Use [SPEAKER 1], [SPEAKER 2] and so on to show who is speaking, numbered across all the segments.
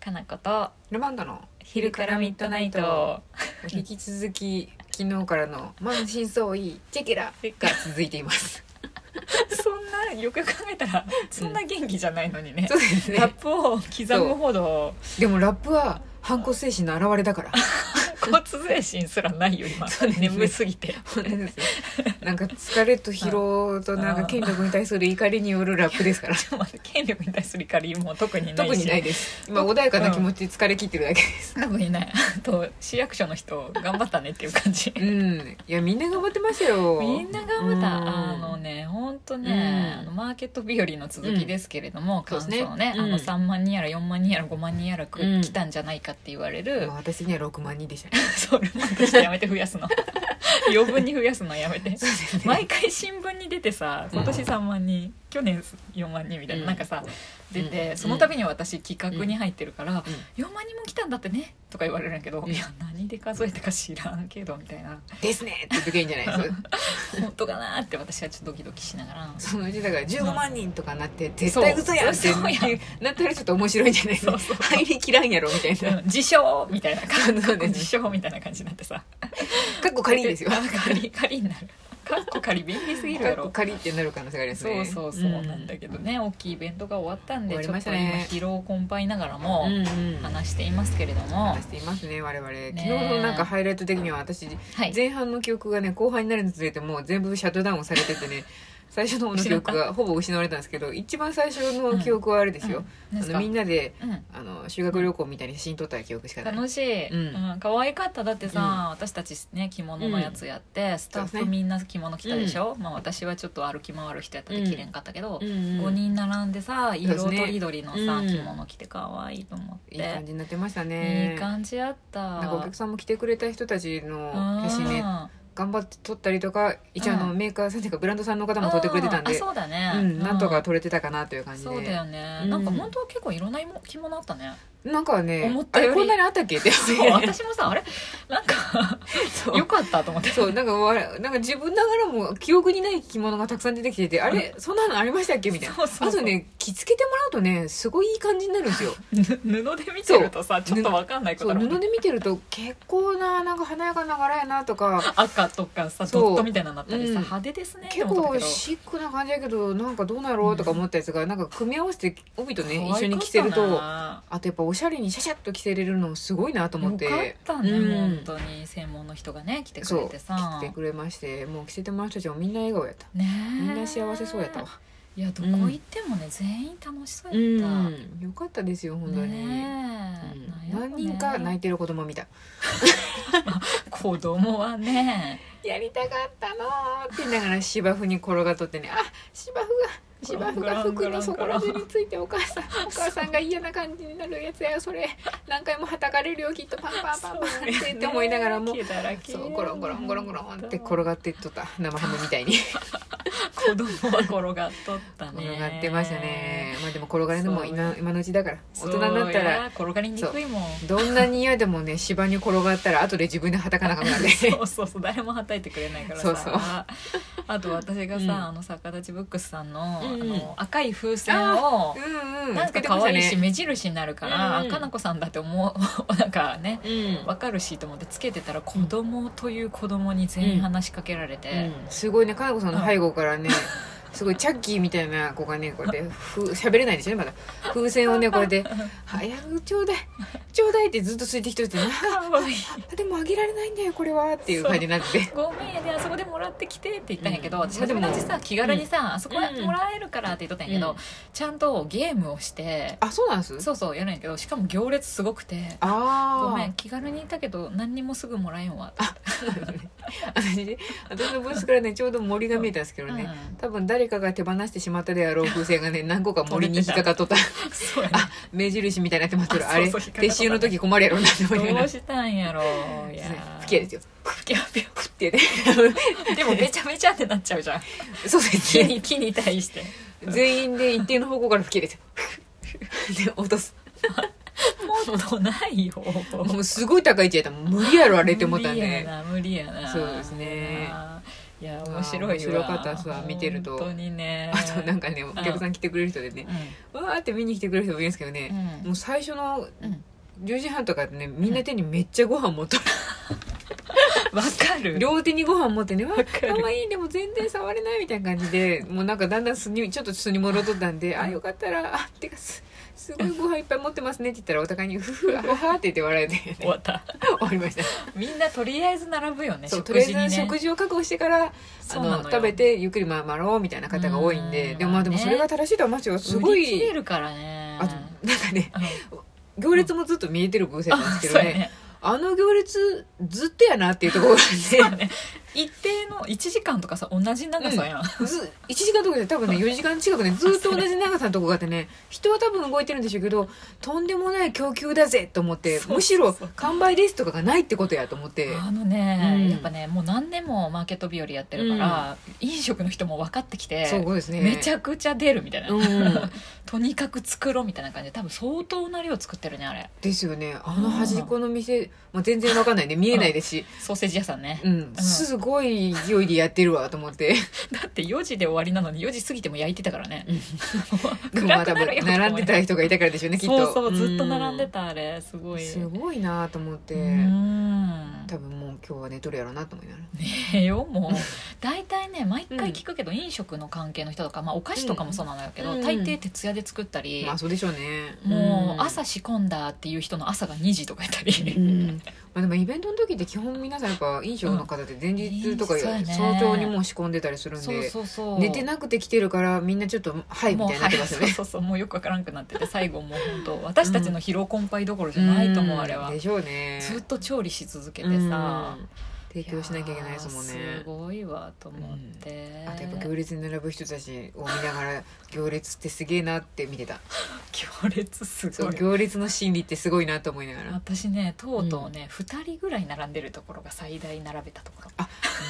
[SPEAKER 1] かなこと
[SPEAKER 2] ルマンドの
[SPEAKER 1] 昼からミッドナイト
[SPEAKER 2] 引き続き昨日からの満身創痍チェケラが続いています
[SPEAKER 1] そんなよくよく考えたらそんな元気じゃないのにね
[SPEAKER 2] そ、うです
[SPEAKER 1] ラッ
[SPEAKER 2] ね
[SPEAKER 1] プを刻むほど
[SPEAKER 2] でもラップは反骨精神の表れだから
[SPEAKER 1] 骨精神すらないよ今、
[SPEAKER 2] そうですね
[SPEAKER 1] 眠すぎて
[SPEAKER 2] 本当ですなんか疲れと疲労となんか権力に対する怒りによるラップで すから
[SPEAKER 1] ちょっと待って権力に対する怒りも特にないし
[SPEAKER 2] 特にないです今穏やかな気持ちで疲れ切ってるだけです
[SPEAKER 1] 特にないあと市役所の人頑張ったね っていう感 じ
[SPEAKER 2] うんいやみんな頑張ってましたよ
[SPEAKER 1] みんな頑張った、
[SPEAKER 2] うん
[SPEAKER 1] あのね本当ね、
[SPEAKER 2] うん
[SPEAKER 1] あのマーケット日和の続きですけれども、感想
[SPEAKER 2] そうで
[SPEAKER 1] ね
[SPEAKER 2] すね
[SPEAKER 1] あ
[SPEAKER 2] うん
[SPEAKER 1] の3万人やら4万人やら5万人やらく、
[SPEAKER 2] うん
[SPEAKER 1] 来たんじゃないかって言われる、
[SPEAKER 2] まあ私には6万人でしたね
[SPEAKER 1] それも私やめて増やす の余分に増やすのやめて
[SPEAKER 2] そうですね
[SPEAKER 1] 毎回新聞に出てさ今年3万人、去年4万人みたいな、
[SPEAKER 2] うん
[SPEAKER 1] なんかさ出て、
[SPEAKER 2] うん
[SPEAKER 1] その度に私企画に入ってるから、
[SPEAKER 2] うん
[SPEAKER 1] 4万人も来たんだってねとか言われるんやけど、
[SPEAKER 2] うん
[SPEAKER 1] いや何で数えたか知らんけどみたいな
[SPEAKER 2] ですねって言っときゃいいんじゃないです
[SPEAKER 1] 本当かなって私はちょっとドキドキしながら
[SPEAKER 2] そのうちだから15万人とかなって絶対嘘やんって
[SPEAKER 1] そうそうやん
[SPEAKER 2] なったらちょっと面白いんじゃないです
[SPEAKER 1] そ
[SPEAKER 2] か
[SPEAKER 1] う そう
[SPEAKER 2] 入りきらんやろみた いな
[SPEAKER 1] うん自称みたいな感じ
[SPEAKER 2] そうですね
[SPEAKER 1] 自称みたいな感じになってさ
[SPEAKER 2] かっこ仮 ですよ
[SPEAKER 1] あ仮仮になるかっこ仮便利すぎる
[SPEAKER 2] か
[SPEAKER 1] や
[SPEAKER 2] っこ
[SPEAKER 1] ろ
[SPEAKER 2] 仮ってなる可能性があります
[SPEAKER 1] そ
[SPEAKER 2] ね
[SPEAKER 1] うそうそうなんだけどね、大きいイベントが終わったんで、
[SPEAKER 2] 終わ
[SPEAKER 1] ち
[SPEAKER 2] り
[SPEAKER 1] ょ
[SPEAKER 2] ま
[SPEAKER 1] っ
[SPEAKER 2] した
[SPEAKER 1] と今
[SPEAKER 2] ね
[SPEAKER 1] 疲労困憊ながらも
[SPEAKER 2] うんうん
[SPEAKER 1] 話していますけれども、
[SPEAKER 2] 話していますね我々、
[SPEAKER 1] え
[SPEAKER 2] 昨日のなんかハイライト的には私
[SPEAKER 1] はい
[SPEAKER 2] 前半の記憶がね後半になるにつれてもう全部シャットダウンされて てね最初の方の記憶がほぼ失われたんですけど一番最初の記憶はあれですよ、
[SPEAKER 1] うん
[SPEAKER 2] あのみんなで
[SPEAKER 1] うん
[SPEAKER 2] あの修学旅行みたいに写真撮った記憶しかない
[SPEAKER 1] 楽しい、
[SPEAKER 2] うん
[SPEAKER 1] うん可愛かっただってさ、私たちね着物のやつやって、スタ
[SPEAKER 2] そう
[SPEAKER 1] ッフ
[SPEAKER 2] ですね
[SPEAKER 1] みんな着物着たでしょ、まあ、私はちょっと歩き回る人やったで着れんかったけど、
[SPEAKER 2] 5
[SPEAKER 1] 5人並んでさ
[SPEAKER 2] そうで
[SPEAKER 1] 色
[SPEAKER 2] す
[SPEAKER 1] と
[SPEAKER 2] ね
[SPEAKER 1] りどりのさ、
[SPEAKER 2] うん
[SPEAKER 1] 着物着て可愛いと思って
[SPEAKER 2] いい感じになってましたね
[SPEAKER 1] いい感じあった
[SPEAKER 2] なんかお客さんも来てくれた人たちの写真ね
[SPEAKER 1] うん
[SPEAKER 2] 頑張って撮ったりとか一応あの、
[SPEAKER 1] う
[SPEAKER 2] メーカーさんというかブランドさんの方も撮ってくれてたん
[SPEAKER 1] あ
[SPEAKER 2] で
[SPEAKER 1] そうだね、
[SPEAKER 2] うん、なんと
[SPEAKER 1] う
[SPEAKER 2] か撮れてたかなという感じで
[SPEAKER 1] そうだよね、
[SPEAKER 2] うん
[SPEAKER 1] なんか本当は結構いろんな着物あった ね
[SPEAKER 2] なんかね
[SPEAKER 1] 思ったより
[SPEAKER 2] あれこんなにあったっけって
[SPEAKER 1] そう私もさあれなんか
[SPEAKER 2] そう
[SPEAKER 1] よかったと思って
[SPEAKER 2] そうなんかわなんか自分ながらも記憶にない着物がたくさん出てきててあれそんなのありましたっけみたいな
[SPEAKER 1] そうそうそう
[SPEAKER 2] あとね着付けてもらうとねすごいいい感じになるんですよ
[SPEAKER 1] ぬ布で見てるとさちょっとわかんないこ
[SPEAKER 2] そ
[SPEAKER 1] と
[SPEAKER 2] う
[SPEAKER 1] あるもん
[SPEAKER 2] 布で見てると結構ななんか華やかな柄やなとか
[SPEAKER 1] 赤とかさ
[SPEAKER 2] そう
[SPEAKER 1] ドットみたいなのあったりさ、
[SPEAKER 2] うん
[SPEAKER 1] 派手ですねって
[SPEAKER 2] 結
[SPEAKER 1] 思った
[SPEAKER 2] 構
[SPEAKER 1] けど
[SPEAKER 2] シックな感じだけどなんかどうなんやろうとか思ったやつがなんか組み合わせて帯とね
[SPEAKER 1] 可
[SPEAKER 2] 一緒
[SPEAKER 1] 愛か
[SPEAKER 2] に
[SPEAKER 1] った
[SPEAKER 2] 着せると
[SPEAKER 1] な
[SPEAKER 2] あとやっぱおしゃれにシャシャッと着せれるのすごいなと思って
[SPEAKER 1] よかったね、
[SPEAKER 2] うん
[SPEAKER 1] 本当に専門の人がね来てく
[SPEAKER 2] そ
[SPEAKER 1] れ
[SPEAKER 2] う
[SPEAKER 1] て
[SPEAKER 2] 着
[SPEAKER 1] さ
[SPEAKER 2] てくれましてもう着せてもらう人たちもみんな笑顔やった
[SPEAKER 1] ねえ
[SPEAKER 2] みんな幸せそうやったわ
[SPEAKER 1] いやどこ行ってもね、全員楽しそう
[SPEAKER 2] う
[SPEAKER 1] やった、ね
[SPEAKER 2] んよかったですよ
[SPEAKER 1] え
[SPEAKER 2] 本当に、うん何人か泣い
[SPEAKER 1] い
[SPEAKER 2] てる子供見た
[SPEAKER 1] 子供はね
[SPEAKER 2] やりたかったのーって言いながら芝生に転がっとってねあ芝生が芝生が服の底ら辺についてお母さんお母さんが嫌な感じになるやつやそれ何回もはたかれるよきっとパンパンパンパンって言って思いながらも
[SPEAKER 1] そうね
[SPEAKER 2] そうゴロンゴロンゴロンゴロンって転がってっとった生ハムみ たいに
[SPEAKER 1] 子供は転がっとったね
[SPEAKER 2] 転がってましたねまあでも転がるのも今今のうちだから大
[SPEAKER 1] そう
[SPEAKER 2] 人になった
[SPEAKER 1] い
[SPEAKER 2] ら
[SPEAKER 1] や転がりにくいもん
[SPEAKER 2] どんなに嫌でもね芝に転がったら後で自分ではたかなあかんからね
[SPEAKER 1] そうそうそう誰もはたいてくれないからさ
[SPEAKER 2] そうそう
[SPEAKER 1] あと私がさ、
[SPEAKER 2] うん
[SPEAKER 1] あの逆立ちブックスさんの,、
[SPEAKER 2] うん
[SPEAKER 1] あの赤い風船を
[SPEAKER 2] うんうん
[SPEAKER 1] なんか可愛いし目印になるから、
[SPEAKER 2] うん
[SPEAKER 1] かなこさんだって思うなんかね
[SPEAKER 2] うん
[SPEAKER 1] わかるしと思ってつけてたら子供という子供に全員話しかけられて、
[SPEAKER 2] すごいねかなこさんの背後から ね、すごいチャッキーみたいな子がねこうやってふ喋れないですよねまだ風船をねこう やって「早くちょうだいちょうだい」ってずっとついてきてて「あ
[SPEAKER 1] かわいい
[SPEAKER 2] ーでもあげられないんだよこれは」っていう感じになってて
[SPEAKER 1] ごめんやであそこでもらってきてって言ったんやけど、
[SPEAKER 2] うん
[SPEAKER 1] 私初めのうちさ気軽にさ、あそこでもらえるからって言っとったんやけど、
[SPEAKER 2] うん
[SPEAKER 1] ちゃんとゲームをして、
[SPEAKER 2] あそうなんです
[SPEAKER 1] そうそうやるんやけどしかも行列すごくて
[SPEAKER 2] ああ
[SPEAKER 1] ごめん気軽に言ったけど何にもすぐもらえんわ
[SPEAKER 2] 私私のブースからねちょうど森が見えたんですけどね、
[SPEAKER 1] うん
[SPEAKER 2] 多分誰かが手放してしまったであろう風船がね何個か森に引っかかっ とった
[SPEAKER 1] そうやね
[SPEAKER 2] あ目印みたいになってますけど
[SPEAKER 1] あ
[SPEAKER 2] あれ
[SPEAKER 1] そうそう引っかかっ
[SPEAKER 2] 撤
[SPEAKER 1] とった
[SPEAKER 2] 収の時困るやろうなって思いなが
[SPEAKER 1] ど
[SPEAKER 2] ら
[SPEAKER 1] うしたんやろいやー
[SPEAKER 2] 吹き矢ですよ
[SPEAKER 1] 吹き矢ピ
[SPEAKER 2] ふってね
[SPEAKER 1] ョンでもべちゃべちゃってなっちゃうじゃん
[SPEAKER 2] そうです
[SPEAKER 1] 木
[SPEAKER 2] ね
[SPEAKER 1] に木に対して
[SPEAKER 2] 全員で一定の方向から吹き入れてで落とす
[SPEAKER 1] もっとないよ
[SPEAKER 2] もうすごい高い位置やったもう無理やろあれって思ったん
[SPEAKER 1] 無理や
[SPEAKER 2] で
[SPEAKER 1] な無理やな
[SPEAKER 2] そうですね
[SPEAKER 1] あーいや面白いよ
[SPEAKER 2] 面白かったさ見てると
[SPEAKER 1] 本当にね
[SPEAKER 2] あとなんかねお客さん来てくれる人でね、わーって見に来てくれる人もいるんですけど
[SPEAKER 1] う
[SPEAKER 2] ね、
[SPEAKER 1] ん
[SPEAKER 2] もう最初の
[SPEAKER 1] うん
[SPEAKER 2] 10時半とかってねみんな手にめっちゃご飯持っとる、
[SPEAKER 1] わかる
[SPEAKER 2] 両手にご飯持ってねわ
[SPEAKER 1] わかる
[SPEAKER 2] あんまいいでも全然触れないみたいな感じでもうなんかだんだんすにちょっと素に戻っとったんで「あよかったらあてかすすごいご飯いっぱい持ってますね」って言ったらお互いに「ふふあはは」って言って笑えて
[SPEAKER 1] 終わった
[SPEAKER 2] 終わりました
[SPEAKER 1] みんなとりあえず並ぶよね
[SPEAKER 2] そうと
[SPEAKER 1] 食
[SPEAKER 2] り
[SPEAKER 1] 事に
[SPEAKER 2] あえ
[SPEAKER 1] ね
[SPEAKER 2] ず食事を確保してからあ
[SPEAKER 1] そうな
[SPEAKER 2] の
[SPEAKER 1] のよ
[SPEAKER 2] 食べてゆっくり回ろうみたいな方が多いんで
[SPEAKER 1] うん
[SPEAKER 2] でもまあでも
[SPEAKER 1] まあね
[SPEAKER 2] それが正しいとは思いますよすご
[SPEAKER 1] 売り切れ
[SPEAKER 2] い
[SPEAKER 1] るからね
[SPEAKER 2] あとなんかね
[SPEAKER 1] うん
[SPEAKER 2] 行列もずっと見えてるブースやったん
[SPEAKER 1] あ
[SPEAKER 2] です
[SPEAKER 1] そ
[SPEAKER 2] け
[SPEAKER 1] う
[SPEAKER 2] ど
[SPEAKER 1] や
[SPEAKER 2] ね
[SPEAKER 1] ね
[SPEAKER 2] あの行列ずっとやなっていうところがあ って
[SPEAKER 1] 一定の1時間とかさ同じ長さやん、
[SPEAKER 2] ず1時間とかで多分ね4時間近くねずっと同じ長さのとこがあって ね人は多分動いてるんでしょうけどとんでもない供給だぜと思って
[SPEAKER 1] そう
[SPEAKER 2] むしろ完売ですとかがないってことやと思って
[SPEAKER 1] あのね、
[SPEAKER 2] うん
[SPEAKER 1] やっぱねもう何年もマーケット日和やってるから、飲食の人も分かってきて
[SPEAKER 2] そうですね
[SPEAKER 1] めちゃくちゃ出るみたいな、
[SPEAKER 2] うん
[SPEAKER 1] とにかく作ろうみたいな感じで多分相当な量作ってるねあれ
[SPEAKER 2] ですよねあの端っこの店もう全然わかんないね見えないですし
[SPEAKER 1] ソーセージ屋さんね、
[SPEAKER 2] うんすごい勢いでやってるわと思って
[SPEAKER 1] だって4時で終わりなのに4時過ぎても焼いてたからね、
[SPEAKER 2] でもま あ
[SPEAKER 1] 暗
[SPEAKER 2] 多
[SPEAKER 1] くなる
[SPEAKER 2] 分
[SPEAKER 1] よ
[SPEAKER 2] 並んでた人がいたからでしょうねきっ
[SPEAKER 1] そ
[SPEAKER 2] と
[SPEAKER 1] うそうずっと並んで
[SPEAKER 2] た
[SPEAKER 1] たあれすごい
[SPEAKER 2] すごいなと思って
[SPEAKER 1] うん
[SPEAKER 2] 多分もう今日は寝とるやろうなと思いながら
[SPEAKER 1] ええよもう大体ね毎回聞くけど、飲食の関係の人とか、まあ、お菓子とかもそうなんだけど、
[SPEAKER 2] うん
[SPEAKER 1] 大抵徹夜で作ったり、
[SPEAKER 2] まあそうでしょうね
[SPEAKER 1] も
[SPEAKER 2] ん
[SPEAKER 1] う朝仕込んだっていう人の朝が2時とかやったり、
[SPEAKER 2] うんまあ、でもイベントの時って基本皆さんやっぱ飲食の方って前日とか
[SPEAKER 1] うんそうやね
[SPEAKER 2] 早朝にもう仕込んでたりするん
[SPEAKER 1] そう
[SPEAKER 2] で
[SPEAKER 1] そうそう
[SPEAKER 2] 寝てなくて来てるからみんなちょっと「はい」み
[SPEAKER 1] もう
[SPEAKER 2] たいになってますよね
[SPEAKER 1] はい。そうそうそうもうよくわからんくなってて最後もう本当私たちの疲労困憊どころじゃないと思う、
[SPEAKER 2] ん
[SPEAKER 1] あれは
[SPEAKER 2] でしょうね。
[SPEAKER 1] ずっと調理し続けてさ、
[SPEAKER 2] うん提供しなきゃいけないですもん
[SPEAKER 1] いやーす
[SPEAKER 2] ね。
[SPEAKER 1] ごいわと思って、
[SPEAKER 2] あとやっ ぱ行列に並ぶ人たちを見ながら行列ってすげえなって見 てた
[SPEAKER 1] 行列す
[SPEAKER 2] そ
[SPEAKER 1] ご
[SPEAKER 2] う
[SPEAKER 1] い
[SPEAKER 2] 行列の心理ってすごいなと思いながら、う
[SPEAKER 1] 私ねとうとうね、二2人ぐらい並んでるところが最大並べたとこ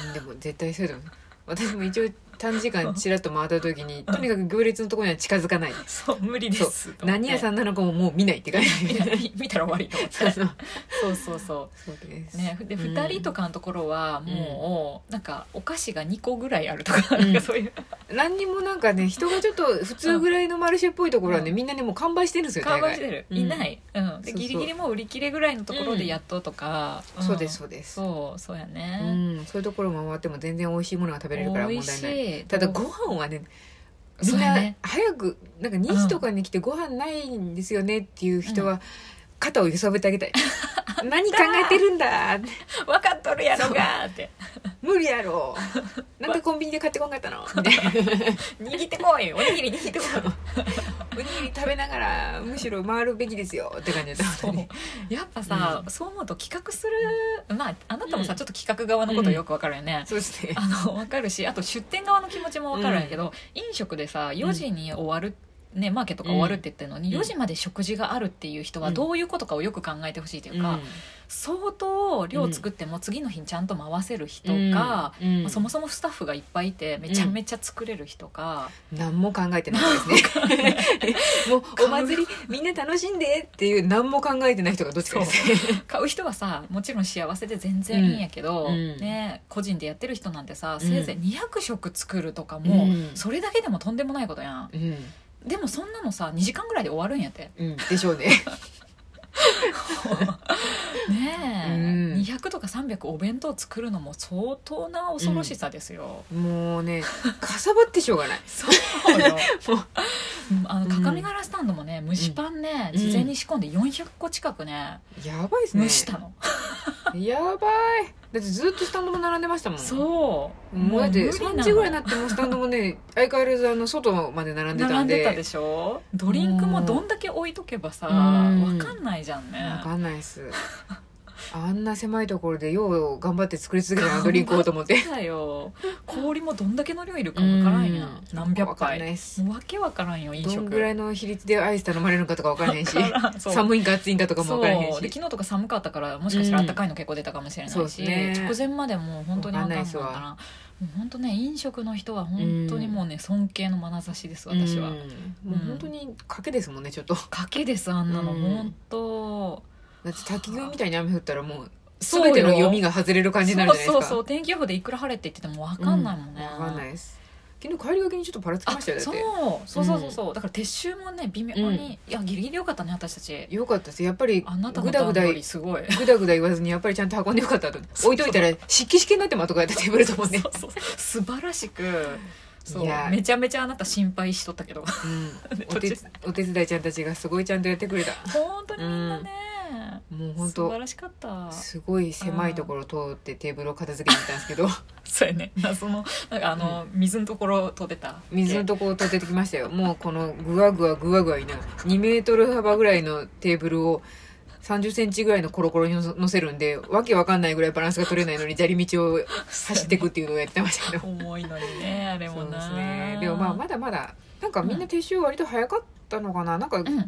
[SPEAKER 1] ろ
[SPEAKER 2] ん、でも絶対そうだよね私も一応短時間ちらっと回った時にとにかく行列のところには近づかない
[SPEAKER 1] そう無理ですと思って
[SPEAKER 2] 何屋さんなのかももう見ないって感じ
[SPEAKER 1] いや 見見たら終わりと思 って
[SPEAKER 2] そう
[SPEAKER 1] そうそうそ
[SPEAKER 2] そうです
[SPEAKER 1] うねで
[SPEAKER 2] うん
[SPEAKER 1] 2人とかのところはもう、なんかお菓子が2個ぐらいあるとか,、
[SPEAKER 2] うん
[SPEAKER 1] そう いう
[SPEAKER 2] 何にもなんかね人がちょっと普通ぐらいのマルシェっぽいところはね、
[SPEAKER 1] うん
[SPEAKER 2] みんなねもう完売してるんですよ
[SPEAKER 1] 看
[SPEAKER 2] 大
[SPEAKER 1] 板
[SPEAKER 2] 概
[SPEAKER 1] してる、
[SPEAKER 2] うん
[SPEAKER 1] いない、うん、
[SPEAKER 2] そ
[SPEAKER 1] で
[SPEAKER 2] うそう
[SPEAKER 1] ギリギリもう売り切れぐらいのところでやっととか、ん
[SPEAKER 2] そうですそうです
[SPEAKER 1] そうそうや
[SPEAKER 2] う
[SPEAKER 1] ね、
[SPEAKER 2] んそういうところも回っても全然美味しいものが食べれるから
[SPEAKER 1] 美
[SPEAKER 2] 問
[SPEAKER 1] 味
[SPEAKER 2] 題
[SPEAKER 1] し
[SPEAKER 2] な
[SPEAKER 1] い
[SPEAKER 2] いただご飯はねみ
[SPEAKER 1] そ
[SPEAKER 2] ん
[SPEAKER 1] うや
[SPEAKER 2] な
[SPEAKER 1] ね
[SPEAKER 2] 早くなんか2時とかに来てご飯ないんですよねっていう人は肩を揺さぶってあ げたい何考えてるんだ
[SPEAKER 1] 分かっとるやろがーって
[SPEAKER 2] 無理 やろなんでコンビニで買ってこんかった のみたいな
[SPEAKER 1] 握ってこいおにぎり握ってこい
[SPEAKER 2] おにぎり食べながらむしろ回るべきですよって感じだった
[SPEAKER 1] そう
[SPEAKER 2] ね
[SPEAKER 1] やっぱさ、そう思うと企画するまああなたもさ、ちょっと企画側のことよくわかるよね、
[SPEAKER 2] そうですね
[SPEAKER 1] あのわかるしあと出店側の気持ちもわかるんやけど、飲食でさ4時に終わる、ね、マーケットが終わるって言ってるのに、
[SPEAKER 2] うん
[SPEAKER 1] 4時まで食事があるっていう人
[SPEAKER 2] う
[SPEAKER 1] は
[SPEAKER 2] ん
[SPEAKER 1] どういうことかをよく考えてほしいというか、相当量作っても次の日にちゃんと回せる人か、
[SPEAKER 2] うんうん
[SPEAKER 1] そもそもスタッフがいっぱいいてめちゃめちゃ作れる人か、
[SPEAKER 2] 何も考えてないですねもうお祭りみんな楽しんでっていう何も考えてない人がどっちかですね
[SPEAKER 1] 買う人はさもちろん幸せで全然いいんやけど、
[SPEAKER 2] うんうん
[SPEAKER 1] ね、個人でやってる人なんてさ、
[SPEAKER 2] ん
[SPEAKER 1] せいぜい200食作るとかも、
[SPEAKER 2] うん
[SPEAKER 1] それだけでもとんでもないことやん
[SPEAKER 2] うん、
[SPEAKER 1] でもそんなのさ2時間ぐらいで終わるんやって
[SPEAKER 2] うん、でしょうね
[SPEAKER 1] ねえ、
[SPEAKER 2] うん
[SPEAKER 1] 200とか300お弁当作るのも相当な恐ろしさですよ、
[SPEAKER 2] もうねかさばってしょうがない
[SPEAKER 1] そうよ
[SPEAKER 2] もう
[SPEAKER 1] うんあのかかみ殻スタンドもね蒸しパンね、
[SPEAKER 2] うん
[SPEAKER 1] 事前に仕込んで400個近くね、
[SPEAKER 2] やばいですね
[SPEAKER 1] 蒸したの、
[SPEAKER 2] やばいだってずっとスタンドも並んでましたもん
[SPEAKER 1] そう
[SPEAKER 2] もうだって
[SPEAKER 1] 無理なの
[SPEAKER 2] 3時ぐらいになってもスタンド もね相変わらずあの外まで並んでた
[SPEAKER 1] 並
[SPEAKER 2] ん
[SPEAKER 1] ん
[SPEAKER 2] で
[SPEAKER 1] でたでしょドリンクもどんだけ置いとけばさ
[SPEAKER 2] うん
[SPEAKER 1] わかんないじゃんね
[SPEAKER 2] わかんないっすあんな狭いところでよう頑張って作り続けたなドリンクをと思って
[SPEAKER 1] だ よ氷もどんだけの量いるかわからんやん
[SPEAKER 2] うん
[SPEAKER 1] 何百
[SPEAKER 2] わかんない
[SPEAKER 1] 杯
[SPEAKER 2] っす
[SPEAKER 1] もうわけわからんよ飲
[SPEAKER 2] ど
[SPEAKER 1] 食
[SPEAKER 2] んぐらいの比率でアイス頼まれるのかとか分からへんし
[SPEAKER 1] わからんそう
[SPEAKER 2] 寒いんか暑いんかとかも分からへん
[SPEAKER 1] そうで
[SPEAKER 2] し
[SPEAKER 1] 昨日とか寒かったからもしかしたら暖かいの結構出たかもしれな
[SPEAKER 2] そう
[SPEAKER 1] い
[SPEAKER 2] です
[SPEAKER 1] し、
[SPEAKER 2] ね
[SPEAKER 1] 直前までもう本当にわかんない
[SPEAKER 2] わかんないっす
[SPEAKER 1] からもう本当ね飲食の人は本当にもうね尊敬の眼差しです私は、
[SPEAKER 2] うんもう本当に賭けですもんねちょっと
[SPEAKER 1] 賭けですあんなの、
[SPEAKER 2] うん
[SPEAKER 1] 本当
[SPEAKER 2] だって滝行みたいに雨降ったらもう
[SPEAKER 1] そうよ
[SPEAKER 2] 全ての読みが外れる感じになるじゃない
[SPEAKER 1] そう
[SPEAKER 2] です
[SPEAKER 1] そう
[SPEAKER 2] か
[SPEAKER 1] 天気予報でいくら晴れって言ってても分かんないもんね、
[SPEAKER 2] わかんないです昨日帰りがけにちょっとばらつき
[SPEAKER 1] あ
[SPEAKER 2] ましたよだ
[SPEAKER 1] そ
[SPEAKER 2] っ
[SPEAKER 1] う
[SPEAKER 2] て
[SPEAKER 1] そうそうそうそう、だから撤収もね微妙に、
[SPEAKER 2] うん
[SPEAKER 1] いやギリギリよかったね私たち
[SPEAKER 2] よかったですやっぱり
[SPEAKER 1] あなた
[SPEAKER 2] ぐ
[SPEAKER 1] の
[SPEAKER 2] だぐ
[SPEAKER 1] 段
[SPEAKER 2] だ
[SPEAKER 1] よ
[SPEAKER 2] ぐ
[SPEAKER 1] りすごい
[SPEAKER 2] だぐだ言わずにやっぱりちゃんと運んでよか ったと
[SPEAKER 1] そう
[SPEAKER 2] 置いといたら湿気湿気になってまとかやったテーブルともね
[SPEAKER 1] そうそうそう素晴らしくそう
[SPEAKER 2] いや
[SPEAKER 1] めちゃめちゃあなた心配しとったけど
[SPEAKER 2] うんお手お手伝いちゃんたちがすごいちゃんとやってくれた
[SPEAKER 1] 本当にみんなね、
[SPEAKER 2] もう本
[SPEAKER 1] 素晴
[SPEAKER 2] 当
[SPEAKER 1] らしかった
[SPEAKER 2] すごい狭いところ通ってテーブルを片付けに行ったんです けど
[SPEAKER 1] そうやね謎のなんかあの、水のところ飛んでた
[SPEAKER 2] 水の
[SPEAKER 1] で
[SPEAKER 2] ところを通ってきましたよもうこのぐわぐわぐわぐわいながら2メートル幅ぐらいのテーブルを3 0センチぐらいのコロコロにのせ乗せるんでわけわかんないぐらいバランスが取れないのに砂利道を走ってくっていうのをやってましたけ ど
[SPEAKER 1] 重いのにねあれも
[SPEAKER 2] そうで
[SPEAKER 1] な
[SPEAKER 2] すねでもまあまだまだなんかみんな撤収割と早かったのかななんか、
[SPEAKER 1] う
[SPEAKER 2] う
[SPEAKER 1] ん
[SPEAKER 2] ま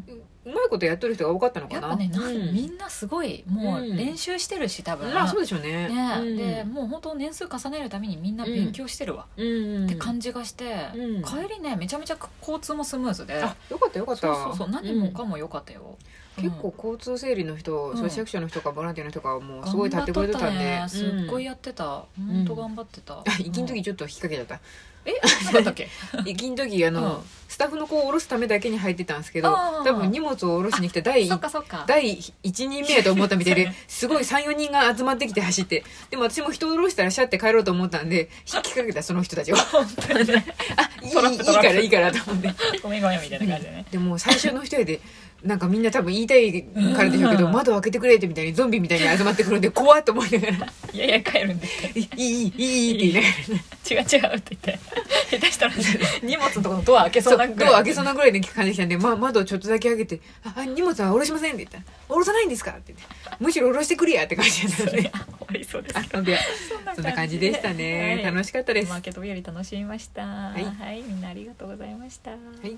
[SPEAKER 2] いことやってる人が多かったのか
[SPEAKER 1] やっ
[SPEAKER 2] な
[SPEAKER 1] ぱね、なん
[SPEAKER 2] うん
[SPEAKER 1] みんなすごいもう
[SPEAKER 2] うん
[SPEAKER 1] 練習してるし多分、
[SPEAKER 2] まあそうでしょうね
[SPEAKER 1] ね
[SPEAKER 2] うん、
[SPEAKER 1] でもう本当年数重ねるためにみんな勉強してるわ、
[SPEAKER 2] うん、
[SPEAKER 1] って感じがして、
[SPEAKER 2] うん
[SPEAKER 1] 帰りねめちゃめちゃ交通もスムーズで
[SPEAKER 2] あよかったよかった
[SPEAKER 1] そうそうそう何も
[SPEAKER 2] うん
[SPEAKER 1] かも良かったよ、
[SPEAKER 2] 結構交通整理の人、
[SPEAKER 1] うん
[SPEAKER 2] それ市役所の人かボランティアの人がも
[SPEAKER 1] う
[SPEAKER 2] うんすごい立ってくれてたんで
[SPEAKER 1] 頑張っとったねすっごい
[SPEAKER 2] うん
[SPEAKER 1] やってた、本当頑張ってた、
[SPEAKER 2] あ行きの時ちょっと引っ掛けちゃった
[SPEAKER 1] え何だったっけ
[SPEAKER 2] 行きの時 あの、
[SPEAKER 1] うん
[SPEAKER 2] スタッフの子を下ろすためだけに入ってたんですけど
[SPEAKER 1] あー
[SPEAKER 2] 多分荷物を下ろしに来て第
[SPEAKER 1] そっかそっか
[SPEAKER 2] 第1人目やと思ったみたい
[SPEAKER 1] そう
[SPEAKER 2] で
[SPEAKER 1] ね
[SPEAKER 2] すごい34人が集まってきて走ってでも私も人を下ろしたらシャッて帰ろうと思ったんで引っ掛けたその人 たちを
[SPEAKER 1] 本当にね
[SPEAKER 2] あいいいい
[SPEAKER 1] トラップトラッ
[SPEAKER 2] か
[SPEAKER 1] プ
[SPEAKER 2] らいいからと思って
[SPEAKER 1] ごめんごめんみたいな感じでね
[SPEAKER 2] でもう最初の一人でなんかみんな多分言いたいからでしょうけど
[SPEAKER 1] うん
[SPEAKER 2] 窓開けてくれってみたいにゾンビみたいに集まってくるんで怖っと思いながら
[SPEAKER 1] いやいや帰るんで
[SPEAKER 2] 「いいいいいいいい」って言いながら
[SPEAKER 1] 違う違うって言って下手したら 荷物のとこのドア開け
[SPEAKER 2] そ
[SPEAKER 1] そうう
[SPEAKER 2] ド
[SPEAKER 1] なぐらい
[SPEAKER 2] ア開けそうなぐらいで感じてきたんで、ま、窓をちょっとだけ開けて「ああ荷物は下ろしません」って言ったら「下ろさないんですか?」って言って「むしろ下ろしてくれや」って感じだったん で
[SPEAKER 1] 終わりそうです
[SPEAKER 2] あのでそんな感じでしたね、楽
[SPEAKER 1] し
[SPEAKER 2] しかったです
[SPEAKER 1] マーケット日和楽しみました
[SPEAKER 2] い
[SPEAKER 1] はい、みんなありがとうございましたはい